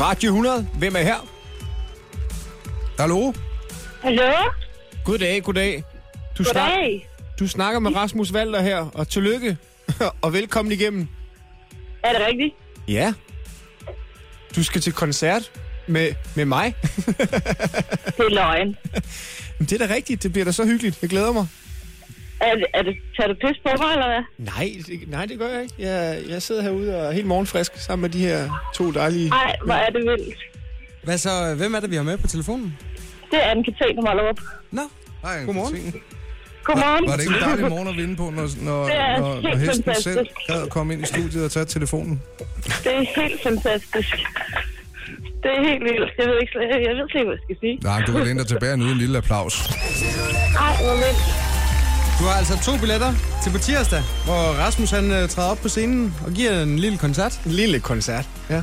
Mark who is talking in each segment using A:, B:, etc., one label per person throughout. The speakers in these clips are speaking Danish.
A: Radio 100, hvem er her?
B: Hallo?
C: Hallo?
A: Goddag, goddag. Du, snak,
C: Goddag.
A: du snakker med Rasmus Valder her, og tillykke, og velkommen igennem.
C: Er det rigtigt?
A: Ja. Du skal til koncert med, med mig.
C: Det er løgn.
A: Men det er da rigtigt, det bliver da så hyggeligt. Jeg glæder mig.
C: Er, det- er det, tager du pis på mig, eller hvad?
A: Nej, det, nej, det gør jeg ikke. Jeg, jeg sidder herude og er helt morgenfrisk sammen med de her to dejlige...
C: Nej, hvor er det vildt.
D: Hvad så, hvem er det, vi har med på telefonen?
C: Det er Anne-Katrine Mollerup.
D: Nå,
B: Hej,
A: Godmorgen.
B: Katrine.
C: Godmorgen.
B: Var det ikke en dejlig morgen at vinde på, når, når,
C: Det er
B: når, når
C: helt
B: hesten
C: fantastisk.
B: selv gad at komme ind i studiet og tage telefonen?
C: Det er helt fantastisk. Det er helt vildt. Jeg ved ikke, slet- jeg ved slet ikke, hvad jeg skal sige.
B: Nej, du kan læne dig tilbage og nyde en lille applaus.
C: Ej, hvor vildt.
D: du har altså to billetter til på tirsdag, hvor Rasmus han øh, træder op på scenen og giver en lille koncert.
A: En lille koncert. Ja.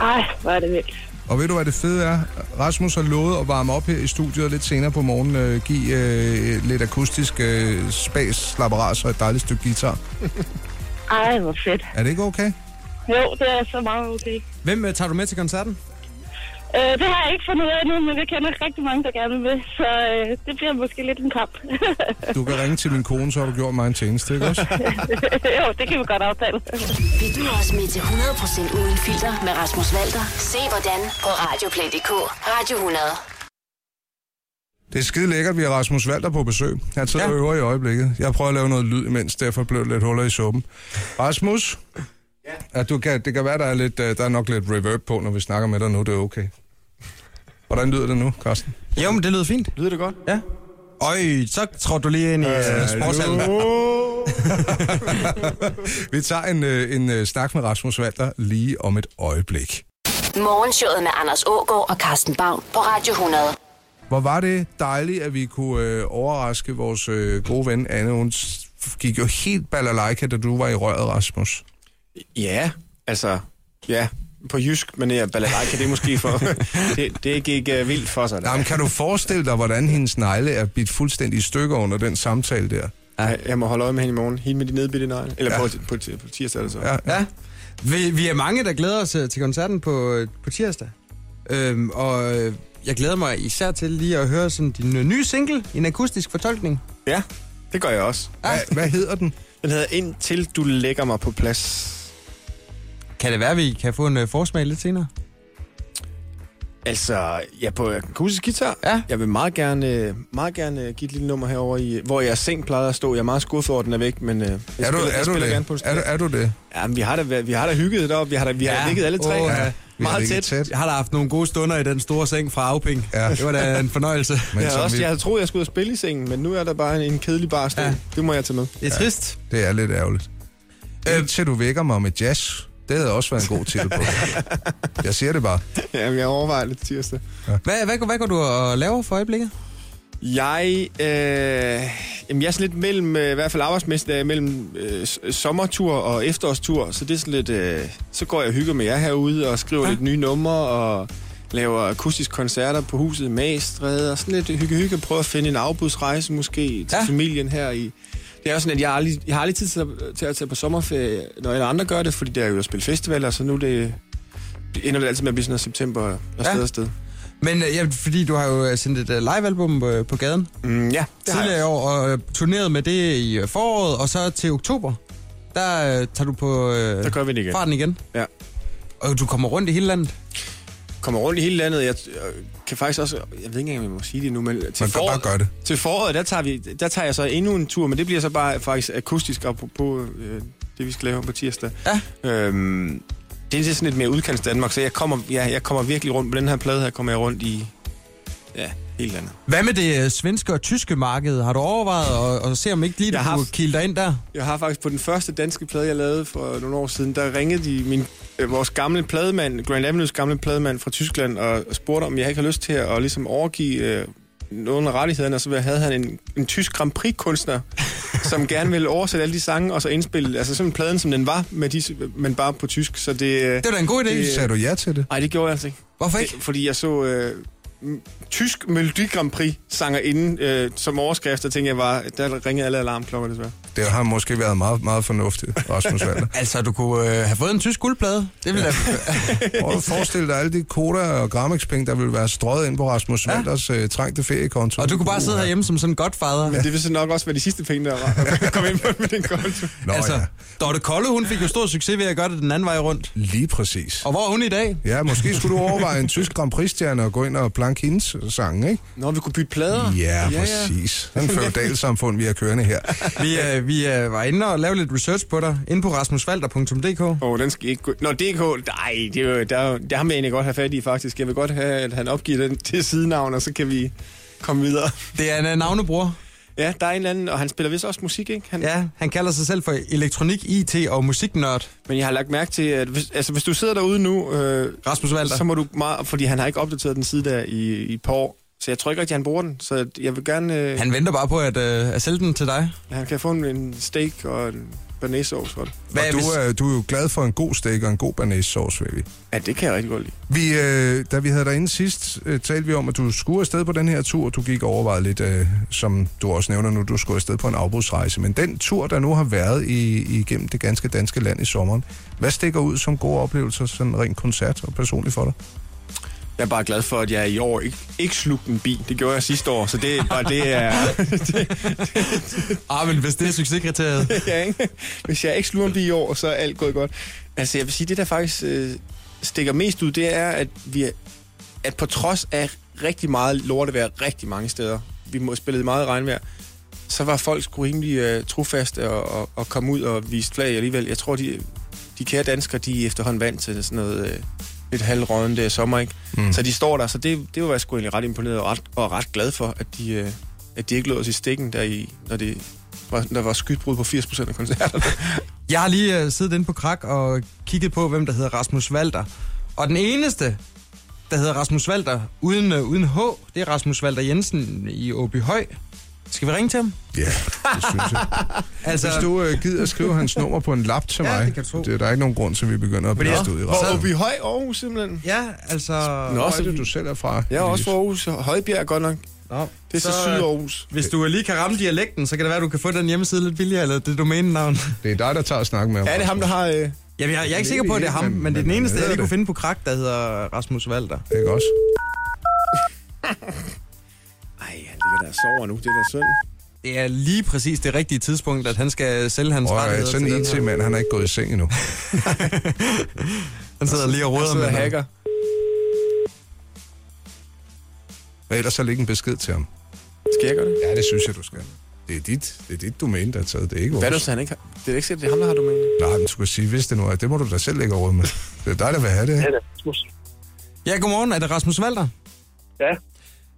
C: Ej, hvor er det vildt.
B: Og ved du, hvad det fede er? Rasmus har lovet at varme op her i studiet og lidt senere på morgenen øh, give øh, lidt akustisk øh, spas, laparas og et dejligt stykke guitar.
C: Ej, hvor fedt.
B: Er det ikke okay?
C: Jo, det er så meget okay.
D: Hvem øh, tager du med til koncerten?
C: Øh, det har jeg ikke fundet ud af endnu, men jeg kender rigtig mange, der gerne vil. Så øh, det bliver måske lidt en kamp.
B: Du kan ringe til min kone, så har du gjort mig en tjeneste, ikke også?
C: jo, det kan vi godt aftale.
E: Vil du også med til 100% uden filter med Rasmus Walter? Se hvordan på Radioplay.dk. Radio 100.
B: Det er skide lækkert, vi har Rasmus Walter på besøg. Han sidder ja.
D: Ja.
B: og øver i øjeblikket. Jeg prøver at lave noget lyd imens, derfor blev det lidt huller i suppen. Rasmus, ja. at du kan, det kan være, der er, lidt, øh, der er nok lidt reverb på, når vi snakker med dig nu. Det er okay. Hvordan lyder det nu, Carsten?
D: Jo, men det lyder fint.
A: Lyder det godt?
D: Ja. Øj, så tror du lige ind i øh, sportshallen.
B: Vi tager en, øh, en øh, snak med Rasmus Walter lige om et øjeblik.
E: Morgenshowet med Anders Ågaard og Carsten Baum på Radio 100.
B: Hvor var det dejligt, at vi kunne øh, overraske vores øh, gode ven Anne. Hun s- gik jo helt balalaika, da du var i røret, Rasmus.
A: Ja, altså... Ja, på jysk, men jeg balalaika, det er måske for... det, det gik uh, vildt for sig. Der.
B: Jamen, kan du forestille dig, hvordan hendes negle er bidt fuldstændig i stykker under den samtale der?
A: Jeg, jeg må holde øje med hende i morgen. Hende med de nedbidte negle. Eller ja. på, på, på, på tirsdag altså. eller så.
B: Ja.
D: Ja. Vi, vi er mange, der glæder os øh, til koncerten på, øh, på tirsdag. Øhm, og øh, jeg glæder mig især til lige at høre sådan din øh, nye single, en akustisk fortolkning. Ah.
A: ja, det gør jeg også.
B: Hva, hvad hedder den?
A: Den hedder Indtil du lægger mig på plads.
D: Kan det være, vi kan få en øh, forsmag lidt senere?
A: Altså, ja, på akustisk guitar.
D: Ja.
A: Jeg vil meget gerne, øh, meget gerne øh, give et lille nummer herover i, øh, hvor jeres seng plejede at stå. Jeg er meget skuffet over, at den er væk, men øh, jeg
B: Er du,
A: spiller, jeg
B: er du
A: spiller gerne
B: det?
A: på det.
B: Er du, er du det?
A: Ja, men vi har da, været- vi har da hygget deroppe. Vi har da, vi har
D: Ja.
A: da ligget alle tre. ja.
D: Åh,
B: Vi
D: ja.
B: har
A: Meget
B: ligget
A: tæt.
B: tæt.
D: Jeg har da haft nogle gode stunder i den store seng fra Auping.
B: Ja.
D: Det var da en fornøjelse.
B: Men
A: Jeg, havde også,
B: som ligesom vi,
A: jeg havde troet, jeg skulle ud og spille i sengen, men nu er der bare en, en kedelig barstol. Ja.
D: Ja.
A: Det må jeg tage med.
D: Det er trist.
B: Det er lidt ærgerligt.
D: Øh,
B: Indtil du vækker mig med jazz. Det havde også været en god titel på. Jeg siger det bare.
A: Jamen, jeg overvejer det tirsdag.
D: Hvad, hvad, hvad går du og laver for øjeblikket?
A: Jeg, øh, jamen jeg er sådan lidt mellem, øh, i hvert fald arbejdsmæssigt, er jeg mellem øh, s- sommertur og efterårstur, så det er sådan lidt, øh, så går jeg og hygger med jer herude og skriver ja. lidt nye numre og laver akustiske koncerter på huset i Magstræde og sådan lidt hygge-hygge, prøver at finde en afbudsrejse måske til ja.
D: Ja.
A: familien her i... Det er jo sådan, at jeg har aldrig, jeg har aldrig tid til at, til at tage på sommerferie, når alle andre gør det, fordi der er jo at spille festivaler, så nu er det, det ender det altid med at blive sådan noget september og sted
D: Ja.
A: og sted.
D: Men øh, ja, fordi du har jo øh, sendt et øh, livealbum øh, på gaden
A: Mm, ja, det har jeg.
D: tidligere i år, og øh, turneret med det i øh, foråret, og så til oktober, der øh, tager du på øh,
A: Så gør vi det igen.
D: farten igen.
A: Ja.
D: Og du kommer rundt i hele landet.
A: kommer rundt i hele landet. Jeg øh, kan faktisk også, jeg ved ikke engang, om jeg må sige det nu, men til,
B: Man kan bare gøre det.
A: til foråret, der tager, vi, der tager jeg så endnu en tur, men det bliver så bare faktisk akustisk, apropos øh, det, vi skal lave på tirsdag.
D: Ja.
A: Øhm, det er sådan lidt mere udkants Danmark, så jeg kommer, ja, jeg kommer virkelig rundt på den her plade her, kommer jeg rundt i ja, hele landet.
D: Hvad med det øh, svenske og tyske marked? Har du overvejet at, at se, om ikke lige du
A: Jeg har
D: kunne
A: haft-
D: kilde dig ind der?
A: Jeg har faktisk på den første danske plade, jeg lavede for nogle år siden, der ringede de min, øh, vores gamle plademand, Grand Avenues gamle plademand fra Tyskland, og spurgte, om jeg ikke har lyst til at ligesom overgive øh, nogle af rettighederne, og så havde han en, en tysk Grand Prix-kunstner, som gerne ville oversætte alle de sange, og så indspille, altså simpelthen pladen, som den var, med de, men bare på tysk, så det... Øh,
D: Det er da en god idé.
A: Det-
B: Sagde du ja til det?
A: ej, det gjorde jeg altså ikke.
D: Hvorfor ikke?
A: Det, fordi jeg så øh, m- tysk Melodi Grand Prix sangerinde øh, som overskrift, og tænkte jeg var, der ringede alle alarmklokker desværre.
B: Det har måske været meget, meget fornuftigt, Rasmus Valder.
D: Altså, du kunne øh, have fået en tysk guldplade. Det ville da...
B: Prøv at forestille dig alle de koder og grammexpenge, der ville være strøget ind på Rasmus Valders øh, trængte feriekonto.
D: Og du kunne bare sidde herhjemme som sådan en godfather.
A: Det vil så nok også være de sidste penge, der var kom ind på med den konto.
B: Nå altså...
D: altså,
B: ja,
D: Dorte Kolle, hun fik jo stor succes ved at gøre det den anden vej rundt.
B: lige præcis.
D: Og hvor er hun i dag?
B: Ja, måske skulle du overveje en tysk Grand Prix-stjerne og gå ind og planke hendes sang, ikke?
A: Nå, vi kunne bytte plader.
B: Ja, præcis. Den feudalsamfund, vi har kørende her.
D: Vi, øh, vi øh, var inde og lavede lidt research på dig, inde på rasmusvalter.dk.
A: Åh, oh, den skal ikke gå... Nå, DK, nej, det er jo, der, der har man egentlig godt have fat i, faktisk. Jeg vil godt have, at han opgiver den til sidenavn, og så kan vi komme videre.
D: Det er en øh, navnebror.
A: Ja, der er en eller anden, og han spiller vist også musik, ikke? Han,
D: Ja, han kalder sig selv for elektronik, IT og musiknørd.
A: Men jeg har lagt mærke til, at hvis, altså, hvis du sidder derude nu, øh,
D: Rasmus Walter.
A: så må du meget... Fordi han har ikke opdateret den side der i, i et par år. Så jeg tror ikke rigtig, han bruger den. Så jeg vil gerne... Øh, han...
D: Han venter bare på at, øh, at sælge den til dig.
A: han kan få en, en steak og en bearnaisesauce for det.
B: Hvad
D: er
B: og du,
D: hvis-
B: er, du er jo glad for en god steak og en god banæssauce, vil vi.
A: Ja, det kan jeg rigtig godt lide.
B: Vi, øh, da vi havde dig inde sidst, øh, talte vi om, at du skulle afsted på den her tur. Du gik overvejet lidt, øh, som du også nævner nu, du skulle afsted på en afbrudsrejse. Men den tur, der nu har været i, igennem det ganske danske land i sommeren, hvad stikker ud som gode oplevelser, sådan rent koncert og personligt for dig?
A: Jeg er bare glad for, at jeg i år ikke, ikke slugte en bi. Det gjorde jeg sidste år, så det, bare det er...
D: Ah, men hvis det er succeskriteriet.
A: ja, ikke? Hvis jeg ikke sluger en bi i år, så er alt gået godt. Altså, jeg vil sige, det der faktisk øh, stikker mest ud, det er, at vi er, at på trods af rigtig meget lortevejr rigtig mange steder, vi må spillede i meget regnvejr, så var folk sgu rimelig øh, trofaste og, og, og kom ud og viste flag alligevel. Jeg tror, de, de kære danskere, de er efterhånden vant til sådan noget øh, lidt halvrødende øh, sommer, ikke? Mm. Så de står der, så det, det var jeg sgu egentlig ret imponeret og ret, og ret glad for, at de, øh, at de ikke lod os i stikken, der i, når det var, der var skydbrud på 80% af koncerterne.
D: Jeg har lige øh, siddet inde på Krak og kigget på, hvem der hedder Rasmus Walter. Og den eneste, der hedder Rasmus Walter, uden, øh, uden H, det er Rasmus Walter Jensen i Åbyhøj. Skal vi ringe til ham?
B: Ja, det synes jeg.
D: Altså,
B: Hvis du øh, gider at skrive hans nummer på en lap til
D: Ja,
B: mig,
D: det kan du tro.
B: det er der ikke nogen grund til, at vi begynder at blæste ud i
A: Hvor
B: resten.
A: Åby Høj Aarhus simpelthen.
D: ja, altså...
A: Nå,
B: Hvor
A: så
B: er det, du selv er fra?
A: Jeg er også fra
B: Louise?
A: Aarhus. Højbjerg er godt nok.
D: Nå,
A: Det er så, så
D: øh,
A: syd Aarhus.
D: Hvis du øh, lige kan ramme dialekten, så kan det være, at du kan få den hjemmeside lidt billigere, eller det domænenavn.
B: Det er dig, der tager og snakker med ham.
A: Ja, det er ham, der har... Øh...
D: Jamen, jeg, jeg er ikke sikker på, at det er ham, men, men det er den eneste, jeg lige kunne finde på Krak, der hedder Rasmus Walter.
B: Det er ikke også.
A: Ej, han ligger der og sover nu. Det er da synd.
D: Det er lige præcis det rigtige tidspunkt, at han skal sælge hans
B: Og øh,
D: rettigheder
B: sådan en
D: den her.
B: IT-mand, han er ikke gået i seng endnu.
D: Han sidder lige og
A: Han
D: råder med
A: sidder og
D: ham.
A: hacker.
B: Men ellers så læg en besked til ham.
A: Skal jeg gøre det?
B: Ja, det synes jeg, du skal. Det er dit, det er dit domæne, der er taget. Det er ikke
A: Hvad er det,
B: vores.
A: så han ikke har? Det er ikke sikkert, det er ham, der har domænet.
B: Nej, men du skulle sige, hvis det nu er, det må du da selv lægge over med. Det er dig, der vil have det. ikke?
D: Ja, godmorgen. Er det Rasmus Walter?
F: Ja,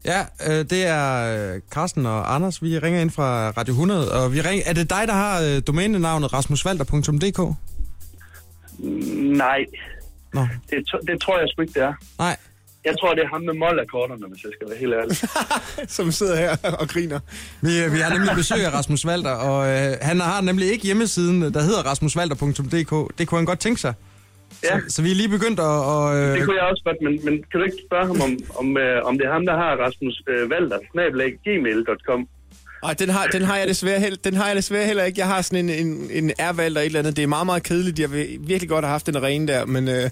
D: Ja, øh, det er øh, Carsten og Anders. Vi ringer ind fra Radio 100, og vi ringer... Er det dig, der har øh, domænenavnet rasmusvalter.dk?
F: nej.
D: Nå,
F: Det, tr- det tror jeg sgu ikke, det er.
D: nej.
F: Jeg tror, det er ham med mollakkorderne, hvis jeg skal være helt ærlig.
A: Som sidder her og griner.
D: Vi, øh, vi har nemlig besøg af Rasmus Walter, og øh, han har nemlig ikke hjemmesiden, øh, der hedder rasmusvalter.dk. Det kunne han godt tænke sig.
F: Ja,
D: Så, så vi er lige begyndt at... Og, øh,
F: det kunne jeg også godt, men, men kan du ikke spørge ham, om, om, øh, om det er ham, der har Rasmus øh, Valder, snabelag, gmail.com?
A: Og den har, den, har jeg desværre held, den har jeg desværre heller ikke. Jeg har sådan en, en, en R-valg og et eller andet. Det er meget, meget kedeligt. Jeg vil virkelig godt have haft den rene der, men øh, den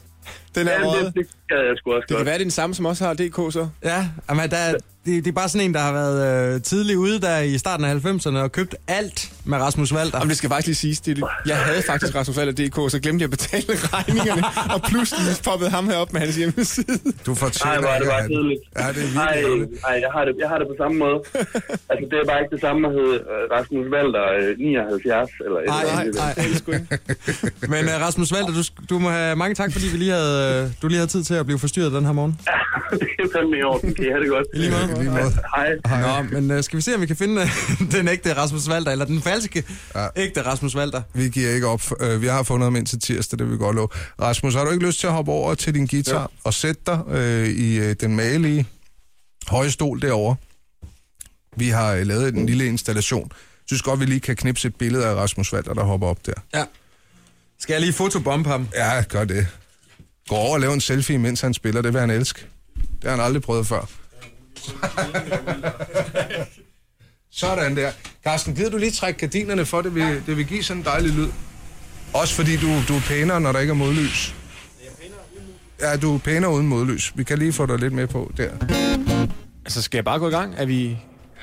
F: Ja,
A: er
F: det,
A: røget.
F: det gad jeg sgu også
A: Det kan
F: godt.
A: være, det er den samme, som også har DK så.
D: Ja, men der, er- det, det er bare sådan en, der har været øh, tidlig ude der i starten af 90'erne og købt alt med Rasmus Walter.
A: Jamen, det skal faktisk lige siges. Det, er- jeg havde faktisk Rasmus Falder DK, så glemte jeg at betale regningerne, og pludselig poppede ham her op med hans hjemmeside.
B: Du fortjener
F: Ej, hvor er det
B: ikke at
F: bare
B: have
F: kedeligt.
B: Ja, det er
F: Ej,
B: virkelig ærgerligt.
F: ej jeg, har det, jeg har det på samme måde. altså, det er bare ikke det samme at hedde øh, Rasmus Valder øh, 79, eller et
D: Ej,
F: eller
D: ej,
F: andet.
D: ej.
A: Det er sgu ikke.
D: Men øh, Rasmus Walter, du, sk- du må have mange tak, fordi vi lige havde, øh, du lige havde tid til at blive forstyrret den her morgen.
F: det er fandme i orden. Kan I have det godt?
D: lige måde.
B: I lige måde.
F: Hej.
D: Nå, men øh, skal vi se, om vi kan finde øh, den ægte Rasmus Walter, eller den falske
B: Ja.
D: ja. ægte Rasmus Walter.
B: Vi giver ikke op. Øh, Vi har fundet ham ind til tirsdag, det vil vi godt love. Rasmus, har du ikke lyst til at hoppe over til din guitar ja. og sætte dig øh, i øh, den magelige høje stol derovre? Vi har øh, lavet en lille installation. synes godt, vi lige kan knipse et billede af Rasmus Walter, der hopper op der.
D: Ja. Skal jeg lige fotobombe ham?
B: Ja, gør det. Gå over og lave en selfie, mens han spiller. Det vil han elske. Det har han aldrig prøvet før. Sådan der. Carsten, gider du lige trække gardinerne for? Det vil, ja. det vil give sådan en dejlig lyd. Også fordi du, du er pænere, når der ikke er modlys. Ja, du er pænere uden modlys. Vi kan lige få dig lidt med på der.
A: Altså, skal jeg bare gå i gang? Er vi...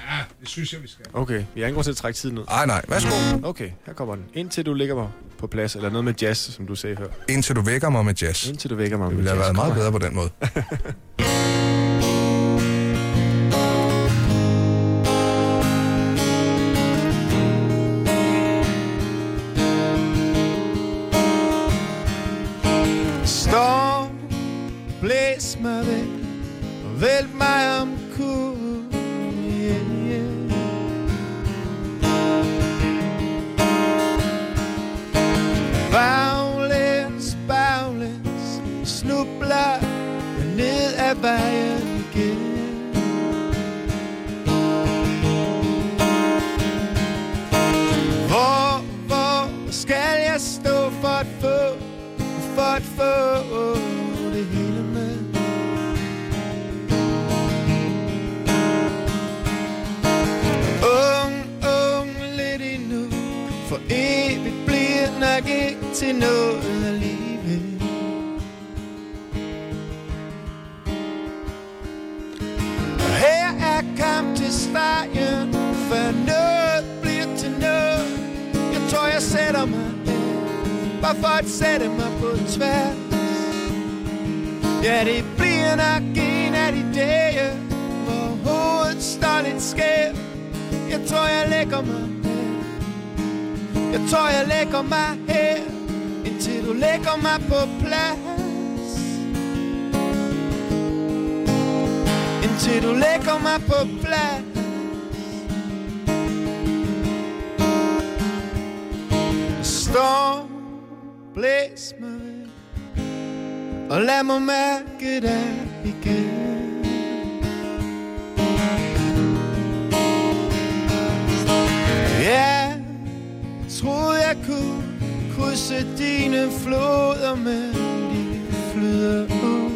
B: Ja, det synes jeg, vi skal.
A: Okay, vi har ingen grund til at trække tiden ud.
B: Ej, nej. Værsgo.
A: Okay, her kommer den. Indtil du ligger mig på plads, eller noget med jazz, som du sagde før.
B: Indtil du vækker mig med jazz.
A: Indtil du vækker mig
B: Det
A: med
B: ville have
A: jazz.
B: været
A: Kom her.
B: meget bedre på den måde.
A: Storm, blæs mig væk og vælt mig om kul. Yeah, yeah. Baglæns, baglæns, snubler jeg ned ad vejen igen. Hvor, hvor skal jeg stå for at få for at få det hele med. Ung, ung lidt endnu, for evigt bliver nok ikke til noget alligevel. Og her er kamp til stregen, for noget bliver til noget. Jeg tror, jeg sætter mig ned bare for at sætte mig på tværs. Ja, det bliver nok en af de dage, hvor hovedet står lidt skævt. Jeg tror, jeg lægger mig her. Jeg tror, jeg lægger mig her, indtil du lægger mig på plads. Indtil du lægger mig på plads. Storm blæs mig væk Og lad mig mærke dig igen Ja, troede jeg kunne krydse dine floder, men de flyder ud.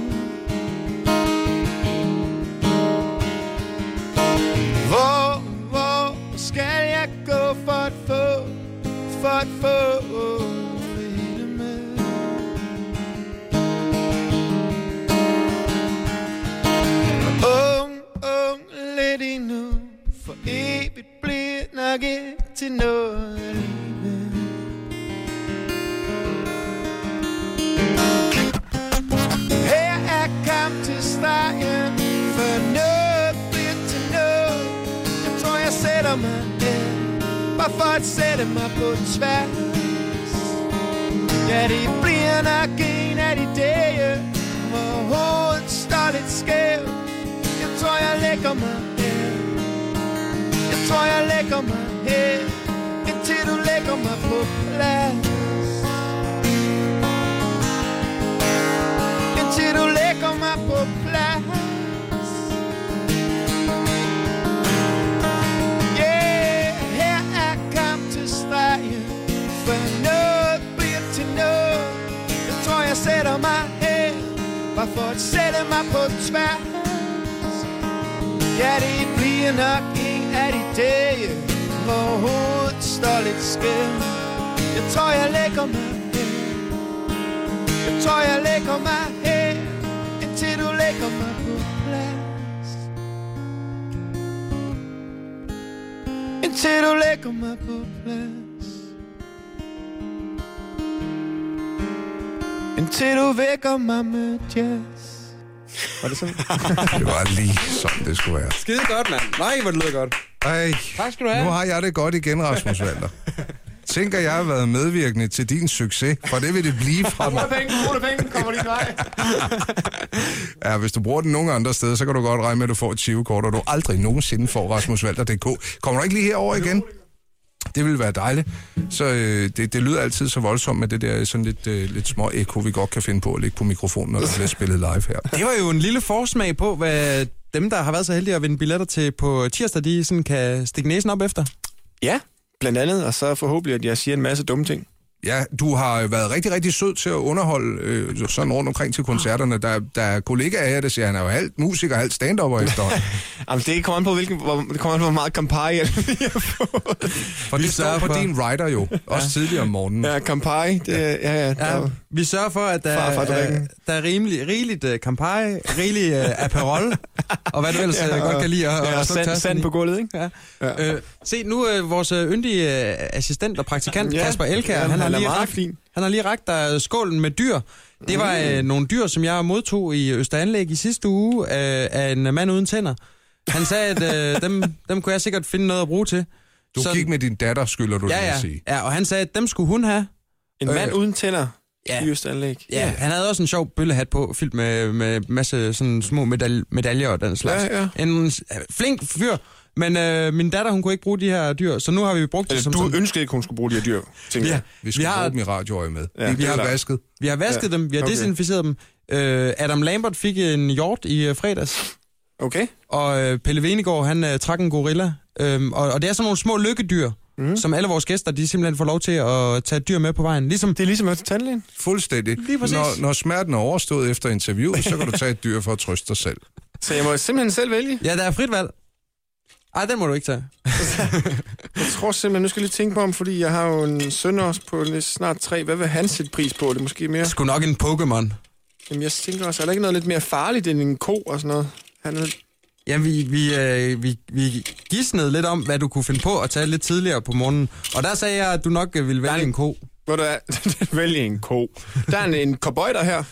A: Hvor, hvor skal jeg gå for at få, for at få det hele med? Ung, ung lidt endnu For evigt bliver nok ikke til noget alligevel. Her er kamp til stregen For noget bliver til noget Jeg tror jeg sætter mig ned Bare for at sætte mig på tværs Ja, det bliver nok en af de dage, hvor hovedet står lidt skævt. Jeg tror, jeg lægger mig her. Jeg tror, jeg lægger mig her, indtil du lægger mig på plads. Indtil du lægger mig på plads. Yeah, her er kamp til stregen, for noget bliver til noget. Jeg tror, jeg sætter mig her, bare for at sætte mig på tværs. Ja, det bliver nok en af de dage, hvor hovedet står lidt skævt. Jeg tror, jeg lægger mig her. Jeg tror, jeg lægger mig her, indtil du lægger mig på plads. Indtil du lægger mig på plads Indtil du vækker mig med jazz Var det sådan?
B: Det var lige sådan, det skulle være.
D: Skide godt, mand. Nej, hvor det lyder godt.
B: Ej,
D: Tak skal du have.
B: nu har jeg det godt igen, Rasmus Valder. Tænker, jeg har været medvirkende til din succes, for det vil det blive fra mig.
A: penge, gode penge, kommer lige nej
B: Ja, hvis du bruger den nogen andre steder, så kan du godt regne med, at du får et 20-kort, og du aldrig nogensinde får rasmusvalter.dk. Kommer du ikke lige herover igen? Det ville være dejligt. Så øh, det, det lyder altid så voldsomt med det der sådan lidt, øh, lidt små ekko, vi godt kan finde på at lægge på mikrofonen, når der bliver spillet live her.
D: Det var jo en lille forsmag på, hvad dem, der har været så heldige at vinde billetter til på tirsdag, de sådan kan stikke næsen op efter.
A: Ja, blandt andet, og så forhåbentlig, at jeg siger en masse dumme ting
B: Ja, du har været rigtig, rigtig sød til at underholde øh, sådan rundt omkring til koncerterne. Der, der er kollegaer her, der siger, at han er jo halvt musiker, halvt stand-upper efterhånden.
A: Jamen, det kommer an på, hvilken, hvor, det kommer an på, hvor meget Campari jeg lige har fået.
B: For
D: Vi
B: det står
D: sørger
B: på
D: for-
B: din rider jo, også tidligere om morgenen.
A: Ja, Campari, det, ja, ja, ja,
D: Ja,
A: der,
D: vi sørger for, at der,
A: Far fra
D: er,
A: drikken.
D: der er rimelig, rigeligt uh, Campari, rigelig uh, Aperol, og hvad du ellers ja, godt kan lide at,
A: ja,
D: at
A: og
D: slukke
A: sand,
D: tasten i.
A: sand på gulvet, ikke?
D: Ja.
A: Ja.
D: Øh, se, nu øh, vores øh, yndige øh, assistent og praktikant ja,
A: Ja,
D: Kasper Elkær,
A: ja,
D: han, har
A: han er
D: lige
A: meget
D: rakt,
A: fin.
D: han har lige rakt dig øh, skålen med dyr. Det var øh, nogle dyr, som jeg modtog i Østeranlæg i sidste uge øh, af en øh, mand uden tænder. Han sagde, at øh, dem, dem kunne jeg sikkert finde noget at bruge til.
B: Du
D: Sådan-
B: gik med din datter, skylder du
D: ja,
B: lige at
D: ja,
B: sige.
D: ja, og han sagde, at dem skulle hun have.
A: En
D: Øh,
A: mand uden tænder
D: ja.
A: i Østanlæg.
D: Ja, han havde også en sjov bøllehat på, fyldt med, med masse sådan små medal- medaljer og den slags.
A: Ja, ja.
D: En øh, flink fyr, men øh, min datter, hun kunne ikke bruge de her dyr, så nu har vi brugt det
A: Altså,
D: som...
A: du
D: sådan-
A: ønskede ikke, hun skulle bruge de her dyr, tænker
D: Ja,
A: jeg.
B: Vi skal
D: vi har-
B: bruge dem i radioøje med.
A: Ja,
B: Ja, vi
A: det er
B: har
A: klart.
B: vasket.
D: Vi har vasket ja.
A: Ja,
D: dem, vi har okay.
A: okay.
D: desinficeret dem. Øh, Adam Lambert fik en hjort i øh, fredags,
A: Okay.
D: og øh, Pelle Venegård, han øh, trak en gorilla. Øhm, og, og det er sådan nogle små lykkedyr,
A: Mhm.
D: mm. som alle vores gæster, de simpelthen får lov til at tage et dyr med på vejen. Ligesom,
A: Det er ligesom at tage tandlægen.
B: Fuldstændig.
D: Lige præcis.
B: Når, når smerten er overstået efter interviewet, så kan du tage et dyr for at trøste dig selv.
A: Så jeg må simpelthen selv vælge.
D: ja, der er frit valg. Ej, den må du ikke tage.
A: Jeg tror simpelthen, nu skal jeg lige tænke på om, fordi jeg har jo en søn også på lidt snart tre. Hvad vil han sætte pris på? Det er måske mere...
D: Sgu nok en Pokémon.
A: Jamen, jeg tænker også, er der ikke noget lidt mere farligt end en ko og sådan noget? Han er...
D: Ja, vi, vi, øh, vi, vi gidsnede lidt om, hvad du kunne finde på at tage lidt tidligere på morgenen. Og der sagde jeg, at du nok øh, ville vælge en ko.
A: Hvor du er, vælge en ko. Der er en, en cowboyder her.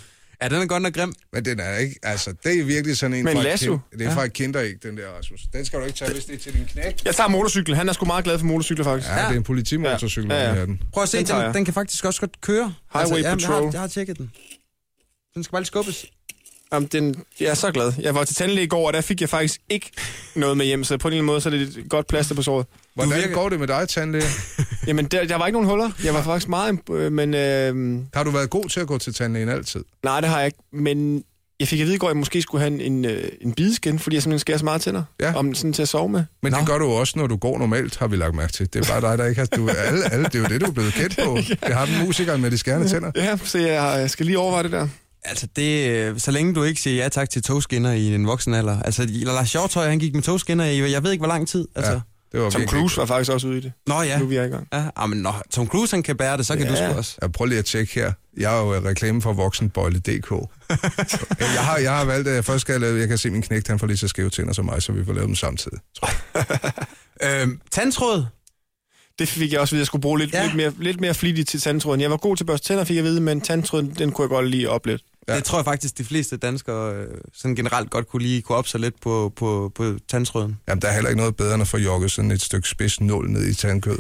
D: Ja, den er godt nok grim.
B: Men den er ikke, altså, det er virkelig sådan en
A: Men
B: fra, et,
A: lasso?
B: kind, det er fra et kinderæg, den der, Rasmus. Den skal du ikke tage, hvis det er til din knæk.
A: Jeg tager motorcyklen. Han er sgu meget glad for motorcykler, faktisk.
B: Ja,
A: Ja.
B: det er en politimotorcykel,
A: Ja,
B: ja,
A: ja.
B: ja. den her, den.
D: Prøv at se,
A: Den
D: den,
A: tager
D: den,
A: jeg.
D: den kan faktisk også godt køre. Altså,
A: Highway
D: jamen, Jeg har,
A: Patrol.
D: jeg har tjekket den. Den skal bare lige skubbes.
A: Jamen, den, jeg er så glad. Jeg var til tandlæge i går, og der fik jeg faktisk ikke noget med hjem, så på en eller anden måde, så er det et godt plaster på såret.
B: Hvordan
D: virker-
B: går det med dig, tandlæge?
A: Jamen, der, der var ikke nogen huller. Jeg var faktisk meget... imp- Øh, men, øh,
B: Har du været god til at gå til tandlægen altid?
A: nej, det har jeg ikke. Men jeg fik at vide i går, at jeg måske skulle have en, en, øh, en bideskin, fordi jeg simpelthen skærer så meget tænder.
B: Ja.
A: Om sådan til at sove med.
B: Men Nå. det gør du jo også, når du går normalt, har vi lagt mærke til. Det er bare dig, der ikke har... Du, alle, alle, det er jo det, du er blevet kendt på. Det har den musikeren med de skærne tænder.
A: Ja, så jeg, har- jeg skal lige overveje det der.
D: Altså, det, øh, så længe du ikke siger ja tak til togskinner i en voksen alder. Altså, Lars Hjortøj, han gik med togskinner i, jeg ved ikke, hvor lang tid. Altså. Ja.
B: Ja, det var
A: Tom
B: virkelig-
A: Cruise var faktisk også ude i det.
D: Nå ja.
A: Nu er vi i gang.
D: Ja, ah, men nå, Tom Cruise han kan bære det, så kan
A: Ja.
D: du sgu også.
B: Ja, prøv lige at tjekke her. Jeg er jo øh, reklame for voksenbøjle.dk. jeg, har, jeg har valgt, at jeg først skal have lavet, jeg kan se min knægt, han får lige så skæve tænder som mig, så vi får lavet dem samtidig. tror jeg.
D: Øhm, tandtråd.
A: Det fik jeg også at vide, at jeg skulle bruge lidt,
D: Ja.
A: ja. lidt, mere, lidt mere flittigt til tandtråden. Jeg var god til at børste tænder, fik jeg at vide, men tandtråden, den kunne jeg godt lige opleve.
D: Ja. Det tror jeg faktisk, de fleste danskere øh, sådan generelt godt kunne lige kunne op sig lidt på, på, på tandtråden.
B: Jamen, der er heller ikke noget bedre, end at få jogget sådan et stykke spids nål ned i tandkød.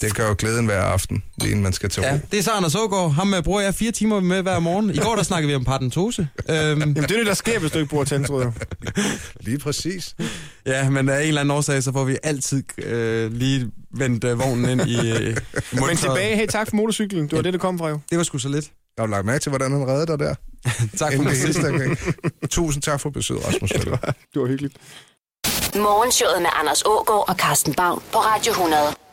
B: det gør jo glæden hver aften, lige inden man skal til ja.
D: Ja, det er så Anders Ågaard. Ham øh, bruger jeg fire timer med hver morgen. I går der snakkede vi om paradentose. Øhm,
A: Jamen, det er det, der sker, hvis du ikke bruger tandtråd. jo.
B: Lige præcis.
D: Ja, men af en eller anden årsag, så får vi altid øh, lige vendt øh, vognen ind i øh,
A: Men tilbage, hey, tak for motorcyklen. Det var det, det kom fra jo.
D: Det var sgu så lidt.
B: Jeg har du lagt mærke til, hvordan han reddede dig der.
D: Tak for
B: Endelig
D: det.
B: sidste gang. Tusind tak for besøget, Rasmus. Møller.
A: Det var hyggeligt.
E: Morgenshowet med Anders Ågaard og Carsten Baum på Radio 100.